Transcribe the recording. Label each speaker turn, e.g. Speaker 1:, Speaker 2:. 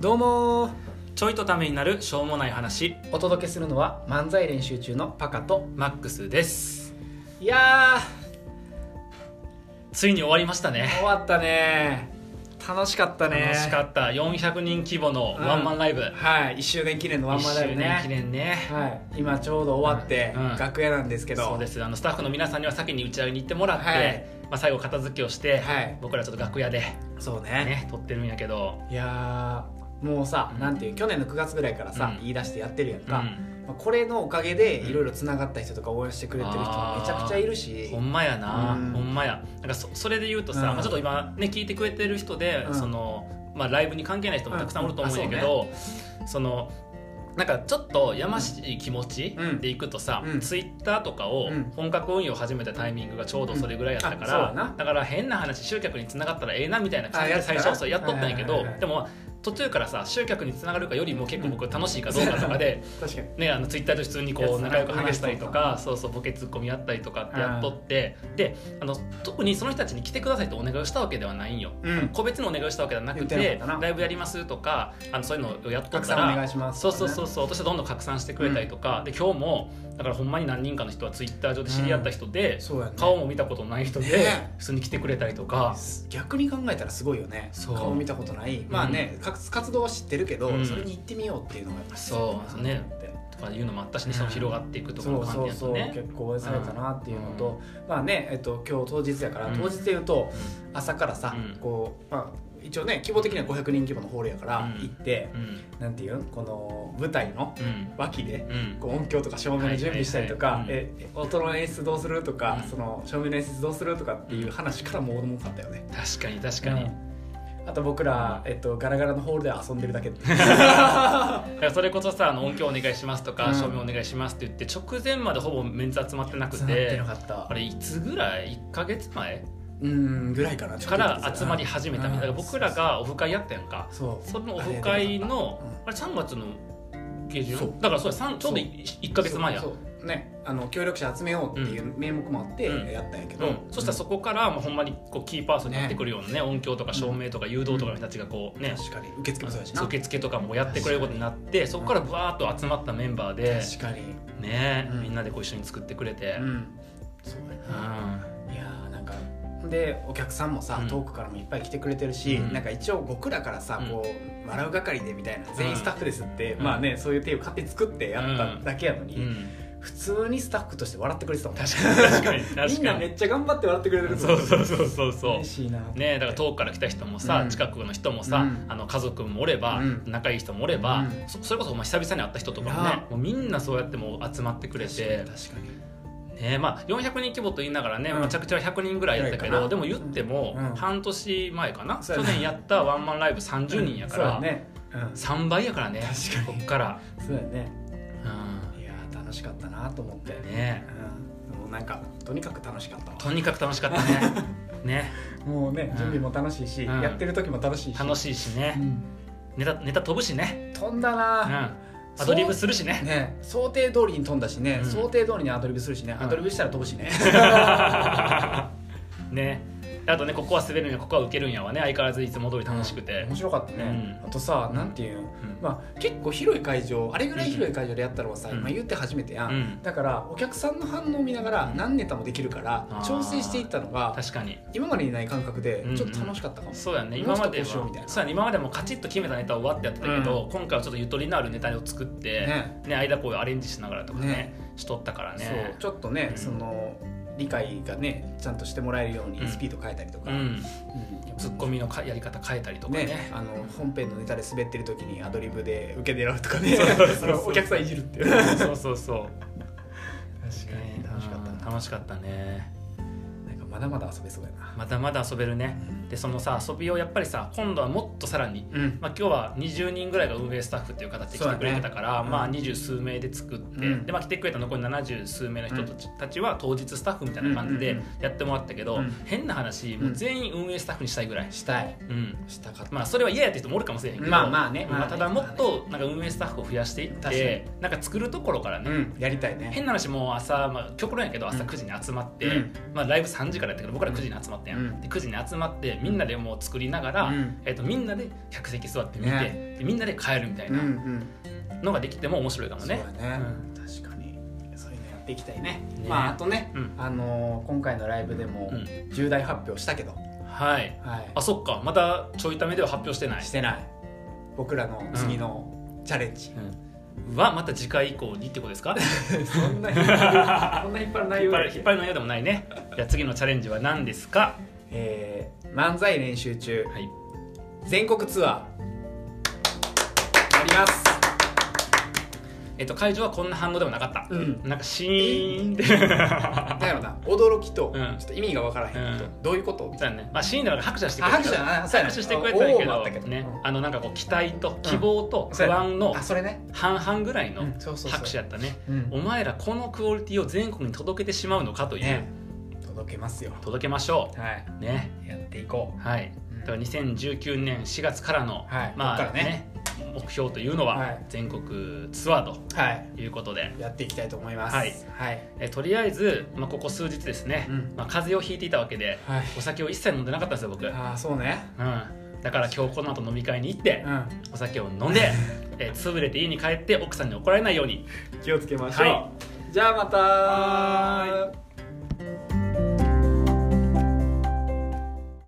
Speaker 1: どうもー
Speaker 2: ちょいとためになるしょうもない話
Speaker 1: お届けするのは漫才練習中のパカと
Speaker 2: マックスです
Speaker 1: いや
Speaker 2: ついに終わりました
Speaker 1: ー
Speaker 2: ね
Speaker 1: 終わったねー楽しかったね
Speaker 2: 楽しかった400人規模のワンマンライブ、
Speaker 1: はい1周年記念のワンマンライブ
Speaker 2: 1周年記
Speaker 1: ね
Speaker 2: 念ね
Speaker 1: はい、今ちょうど終わって、
Speaker 2: うんうん
Speaker 1: 楽屋なんですけど
Speaker 2: そうですあのスタッフの皆さんには先に打ち上げに行ってもらって、
Speaker 1: はい
Speaker 2: まあ、最後片付けをして、
Speaker 1: はい
Speaker 2: 僕らちょっと楽屋で
Speaker 1: そうね
Speaker 2: ね撮ってるんやけど
Speaker 1: いやーもうさ、
Speaker 2: うん
Speaker 1: なんていう去年の9月ぐらいからさ、
Speaker 2: うん
Speaker 1: 言い出してやってるやん
Speaker 2: う
Speaker 1: か、
Speaker 2: ん
Speaker 1: まあこれのおかげで
Speaker 2: うん
Speaker 1: いろいろつながった人とか応援してくれてる人もめちゃくちゃいるし、
Speaker 2: ほんまやな、
Speaker 1: うん
Speaker 2: ほんまやなんかそそれで言うとさ、
Speaker 1: うん
Speaker 2: まあ、ちょっと今ね聞いてくれてる人で、
Speaker 1: うん
Speaker 2: そのまあ、ライブに関係ない人もたくさんおると思うんやけど、そのなんかちょっとやましい気持ち
Speaker 1: うん
Speaker 2: でいくとさ、
Speaker 1: うん
Speaker 2: ツイッターとかを
Speaker 1: うん
Speaker 2: 本格運用を始めたタイミングがちょうどそれぐらいやったか
Speaker 1: うんあ
Speaker 2: ら、
Speaker 1: そうやな
Speaker 2: だから変な話集客につながったらええなみたいな感じ
Speaker 1: あや
Speaker 2: で
Speaker 1: ってた
Speaker 2: 最
Speaker 1: な
Speaker 2: 初はそうやっとったんやけ
Speaker 1: はい
Speaker 2: ど
Speaker 1: はいはい
Speaker 2: でも途中からさ集客につながるかよりも結構僕楽しいかどうかとかで
Speaker 1: 確かに
Speaker 2: ね、あのツイッターと普通に
Speaker 1: や
Speaker 2: こ
Speaker 1: つ
Speaker 2: う
Speaker 1: な
Speaker 2: 仲良く話したりとかそうそうボケツッコミやったりとかってやっとってであの特にその人たちに来てくださいってお願いをしたわけではないんよ
Speaker 1: うん
Speaker 2: 個別のお願いをしたわけではなく
Speaker 1: 言ってな
Speaker 2: て
Speaker 1: かったな
Speaker 2: ライブやりますとかあのそういうのをやっとっ
Speaker 1: 拡
Speaker 2: た
Speaker 1: 散お願
Speaker 2: ら
Speaker 1: いします
Speaker 2: そうそうそううそう私はどんどん拡散してくれたりとかで今日もだからほんまに何人かの人はツイッター上で知り合った人で
Speaker 1: そうやね
Speaker 2: 顔も見たことない人で
Speaker 1: ね
Speaker 2: 普通に来てくれたりとか
Speaker 1: 逆に考えたらすごいよね
Speaker 2: そう
Speaker 1: 顔見たことないまあね、かつ活動は知ってるけど、
Speaker 2: うん
Speaker 1: それに行ってみようっていうのがやっぱ
Speaker 2: そうねとかいうのもあったしねその広がっていくとか
Speaker 1: そ
Speaker 2: の
Speaker 1: う
Speaker 2: 観
Speaker 1: そう
Speaker 2: 点
Speaker 1: そ
Speaker 2: と
Speaker 1: う、
Speaker 2: ね。
Speaker 1: 結構応援されたなっていうのと、まあね、えっと、今日当日やから、当日で言うと朝からさ、
Speaker 2: うん
Speaker 1: こうまあ一応ね規模的には500人規模のホールやから、
Speaker 2: うん
Speaker 1: 行って
Speaker 2: う、ん
Speaker 1: なんていうんこの舞台の
Speaker 2: うん
Speaker 1: 脇で
Speaker 2: うん
Speaker 1: こう音響とか照明の準備したりとか、
Speaker 2: はいはいはい
Speaker 1: え音の演出どうするとか、
Speaker 2: うん
Speaker 1: その照明の演出どうするとかっていう話からもう重かったよね。
Speaker 2: 確かに確かに、
Speaker 1: うんあと僕ら、えっと、ガラガラのホールで遊んでるだ け
Speaker 2: だからそれこそさあの音響お願いしますと
Speaker 1: う
Speaker 2: か
Speaker 1: ん
Speaker 2: 照明お願いしますって言って直前までほぼメンツ集まってなく
Speaker 1: 集まって
Speaker 2: て
Speaker 1: なかった
Speaker 2: あれいつぐらい1か月前
Speaker 1: うんぐらいかなちょっ
Speaker 2: か
Speaker 1: と
Speaker 2: ら集まり始めたみたいな
Speaker 1: うん
Speaker 2: 僕らがオフ会やったやんか
Speaker 1: そう
Speaker 2: そのオフ会の
Speaker 1: うん
Speaker 2: あれ3月の下
Speaker 1: そう
Speaker 2: 旬だからそうやさんちょうど
Speaker 1: そう
Speaker 2: 1か月前や
Speaker 1: そうそうねあの協力者集めようっていう名目もあって
Speaker 2: うん
Speaker 1: やったんやけ
Speaker 2: う
Speaker 1: ど、
Speaker 2: ん、そしたらそこから、まあ、ほんまにこうキーパーソンになってくるようなね音響とか照明とか誘導とかの人たちがこうね、
Speaker 1: 確かに受付もそうやしな
Speaker 2: 受付とかもやってくれることになってそこからバーッと集まったメンバーで
Speaker 1: 確かに、
Speaker 2: ね、
Speaker 1: うん
Speaker 2: みんなでこう一緒に作ってくれて、
Speaker 1: う
Speaker 2: うん
Speaker 1: ん、そうやないやーなんかでお客さんもさ、
Speaker 2: うん
Speaker 1: 遠くからもいっぱい来てくれてるし、
Speaker 2: うん
Speaker 1: なんか一応僕らからさ、
Speaker 2: うん
Speaker 1: こう笑う係でみたいな全員スタッフですって、
Speaker 2: うん
Speaker 1: まあねそういう手を勝手に作ってやっただけやのに、
Speaker 2: うん
Speaker 1: 普通にスタッフとして笑ってくれてたもん
Speaker 2: 確かに確かに確か に
Speaker 1: みんなめっちゃ頑張って笑ってくれてる
Speaker 2: そうそうそうそうそ
Speaker 1: 嬉しいな
Speaker 2: うねだから遠くから来た人もさ、
Speaker 1: うん
Speaker 2: 近くの人もさ、
Speaker 1: うん
Speaker 2: あの家族もおれば、
Speaker 1: うん
Speaker 2: 仲いい人もおれば、
Speaker 1: うん
Speaker 2: そそれこそお前久々に会った人とかも
Speaker 1: い
Speaker 2: ね
Speaker 1: や
Speaker 2: もうみんなそうやってもう集まってくれて
Speaker 1: 確、かに
Speaker 2: ねまあ、400人規模と言いながらね、
Speaker 1: うん
Speaker 2: まあ、着地は100人ぐらいやったけ
Speaker 1: ぐらいかな
Speaker 2: どでも言っても
Speaker 1: うん
Speaker 2: 半年前かな、
Speaker 1: そう
Speaker 2: 去
Speaker 1: やね
Speaker 2: 年やったワンマンライブ30人やか
Speaker 1: そう
Speaker 2: ら、
Speaker 1: やね、うん、そ
Speaker 2: 3倍やからね
Speaker 1: 確かに
Speaker 2: こっから。
Speaker 1: うやね
Speaker 2: う
Speaker 1: いやー楽しかったなと思って、
Speaker 2: んね
Speaker 1: うん、もうなんかとにかく楽しかったわ
Speaker 2: とにかく楽しかったね ね
Speaker 1: もうね
Speaker 2: うん
Speaker 1: 準備も楽しいし、
Speaker 2: うん
Speaker 1: やってる時も楽しいし
Speaker 2: 楽
Speaker 1: い、
Speaker 2: しいし
Speaker 1: う
Speaker 2: ね
Speaker 1: ん
Speaker 2: ネタネタ飛ぶしね、
Speaker 1: 飛んだ
Speaker 2: うん、
Speaker 1: な、
Speaker 2: アドリブするしね
Speaker 1: ね想定通りに飛んだしね、
Speaker 2: うん
Speaker 1: 想定通りにアドリブするしね、
Speaker 2: うん
Speaker 1: アドリブしたら飛ぶしね
Speaker 2: ねあとねここは滑るんやここは受けるんやはね相変わらずいつも通り楽しくて
Speaker 1: 面白かったね、
Speaker 2: う
Speaker 1: あとさなんていうん
Speaker 2: うん
Speaker 1: まあ結構広い会場あれぐらい広い会場でやったのはさ、
Speaker 2: うん
Speaker 1: 今言って初めてやん、
Speaker 2: うん
Speaker 1: だからお客さんの反応を見ながら何ネタもできるから
Speaker 2: あー
Speaker 1: 調整していったのが
Speaker 2: 確かに
Speaker 1: 今までにない感覚で
Speaker 2: うんうん
Speaker 1: ちょっと楽しかったかも、
Speaker 2: そうやね
Speaker 1: もう
Speaker 2: 今
Speaker 1: ちょ
Speaker 2: ま
Speaker 1: っと
Speaker 2: で
Speaker 1: こう
Speaker 2: は
Speaker 1: しようみたいな
Speaker 2: そうやね今までもカチッと決めたネタをわってやってたけど、今回はちょっとゆとりのあるネタを作って、ね
Speaker 1: ね
Speaker 2: 間こうアレンジしながらとかね
Speaker 1: ね
Speaker 2: しとったから
Speaker 1: そう
Speaker 2: ね
Speaker 1: ちょっとね、
Speaker 2: うん
Speaker 1: その理解がねちゃんとしてもらえるよう
Speaker 2: う
Speaker 1: に
Speaker 2: ん
Speaker 1: スピード変えたりとか、
Speaker 2: うん
Speaker 1: うんやっぱ
Speaker 2: ツッコミのかやり方変えたりとか
Speaker 1: ね
Speaker 2: ね
Speaker 1: あの本編のネタで滑ってる時にアドリブで受け狙うとかね
Speaker 2: そうそうそうそう
Speaker 1: あのお客さんいじるっていう
Speaker 2: そうそうそう
Speaker 1: 確
Speaker 2: ね
Speaker 1: 楽しかった
Speaker 2: うん
Speaker 1: な
Speaker 2: 楽しかったね
Speaker 1: なんかまだまだ遊べそうやな、
Speaker 2: まだまだ遊べるねでそのさ遊びをやっぱりさ今度はもっとさらに、
Speaker 1: うん
Speaker 2: まあ、今日は20人ぐらいが運営スタッフっていう形で来てくれてたから、
Speaker 1: そうだねうん
Speaker 2: まあ20数名で作って、
Speaker 1: うん
Speaker 2: でまあ、来てくれた残り70数名の人たち,、たちは当日スタッフみたいな感じ
Speaker 1: うんう
Speaker 2: で
Speaker 1: ん
Speaker 2: やってもらったけど、
Speaker 1: うん
Speaker 2: 変な話もう全員運営スタッフにしたいぐらい、
Speaker 1: したい
Speaker 2: うん
Speaker 1: したかった
Speaker 2: まあそれは嫌やって人もおるかもしれへんけど
Speaker 1: まあまあね
Speaker 2: ま
Speaker 1: まあ
Speaker 2: あ
Speaker 1: ね
Speaker 2: ただもっとなんか運営スタッフを増やしていっ
Speaker 1: 確か
Speaker 2: てなんか作るところからね、
Speaker 1: うんやりたいね
Speaker 2: 変な話もう朝、まあ、極論やけど朝
Speaker 1: うん
Speaker 2: 9時に集まって、
Speaker 1: うん
Speaker 2: まあ、ライブ3時からやったけど僕ら9時に集まったやん、
Speaker 1: うん
Speaker 2: で9時に集まってってみんなでもう作りながら、
Speaker 1: うん
Speaker 2: えっとみんなで客席座って見て、
Speaker 1: ね
Speaker 2: でみんなで帰るみたい
Speaker 1: うんう
Speaker 2: なんのができても面白いかも
Speaker 1: そうだ
Speaker 2: ね
Speaker 1: ね。、確かにそういうのやっていきたいね
Speaker 2: ね
Speaker 1: まああとね、
Speaker 2: うん
Speaker 1: あのー今回のライブでも
Speaker 2: うん
Speaker 1: 重大発表したけど、
Speaker 2: はい。
Speaker 1: はい
Speaker 2: あそっかまたちょいためでは発表してない
Speaker 1: し。てない僕らの次のチャレン ジ、
Speaker 2: うんはまた次回以降にってことで すか
Speaker 1: そんな引っ張るそんな引っ張る内
Speaker 2: 引
Speaker 1: 容
Speaker 2: っ張
Speaker 1: だ
Speaker 2: る
Speaker 1: っけ
Speaker 2: 引っ張るのようでもないねじゃあ次のチャレンジは何ですか
Speaker 1: えー漫才練習中
Speaker 2: はい
Speaker 1: 全国ツアーやります
Speaker 2: えっと会場はこんな反応でもなかった、
Speaker 1: うん
Speaker 2: なんかシーンって
Speaker 1: だよな驚きと、
Speaker 2: うん
Speaker 1: ちょっと意味が分からへんこと、
Speaker 2: うん
Speaker 1: どういうことみた
Speaker 2: そうやねまあ、シーンでは拍手はして
Speaker 1: いなあ
Speaker 2: く
Speaker 1: 拍
Speaker 2: れ
Speaker 1: 手
Speaker 2: た
Speaker 1: だなそうやな
Speaker 2: 拍手してくれたんやけ
Speaker 1: おーおーもあ
Speaker 2: ど
Speaker 1: ったけど
Speaker 2: ね
Speaker 1: うん
Speaker 2: あのなんかこう期待と希望と不安の
Speaker 1: あそれね、
Speaker 2: 半々ぐらいの
Speaker 1: うんそうそうそう
Speaker 2: 拍手やったね
Speaker 1: うん
Speaker 2: お前らこのクオリティを全国に届けてしまうのかという、
Speaker 1: ね届けますよ
Speaker 2: 届けましょ
Speaker 1: は
Speaker 2: うね
Speaker 1: いやっていこ
Speaker 2: はい、
Speaker 1: うん
Speaker 2: では2019年4月からの、
Speaker 1: はいこっ
Speaker 2: まあ
Speaker 1: からね
Speaker 2: ね目標というのは、
Speaker 1: はい
Speaker 2: 全国ツアーと
Speaker 1: うはい
Speaker 2: いうことで、
Speaker 1: やっていきたいと思います
Speaker 2: はい
Speaker 1: はい、
Speaker 2: えとりあえず、まあ、ここ数日ですね、
Speaker 1: うん
Speaker 2: まあ、風邪をひいていたわけで
Speaker 1: はい
Speaker 2: お酒を一切飲んでなかったんですよ僕、うん、
Speaker 1: ああそうね
Speaker 2: だから今日この後飲み会に行って、
Speaker 1: うん
Speaker 2: お酒を飲んで、えー潰れて家に帰って奥さんに怒られないように
Speaker 1: 気をつけましょう、
Speaker 2: は
Speaker 1: じゃあまた
Speaker 2: はー
Speaker 1: い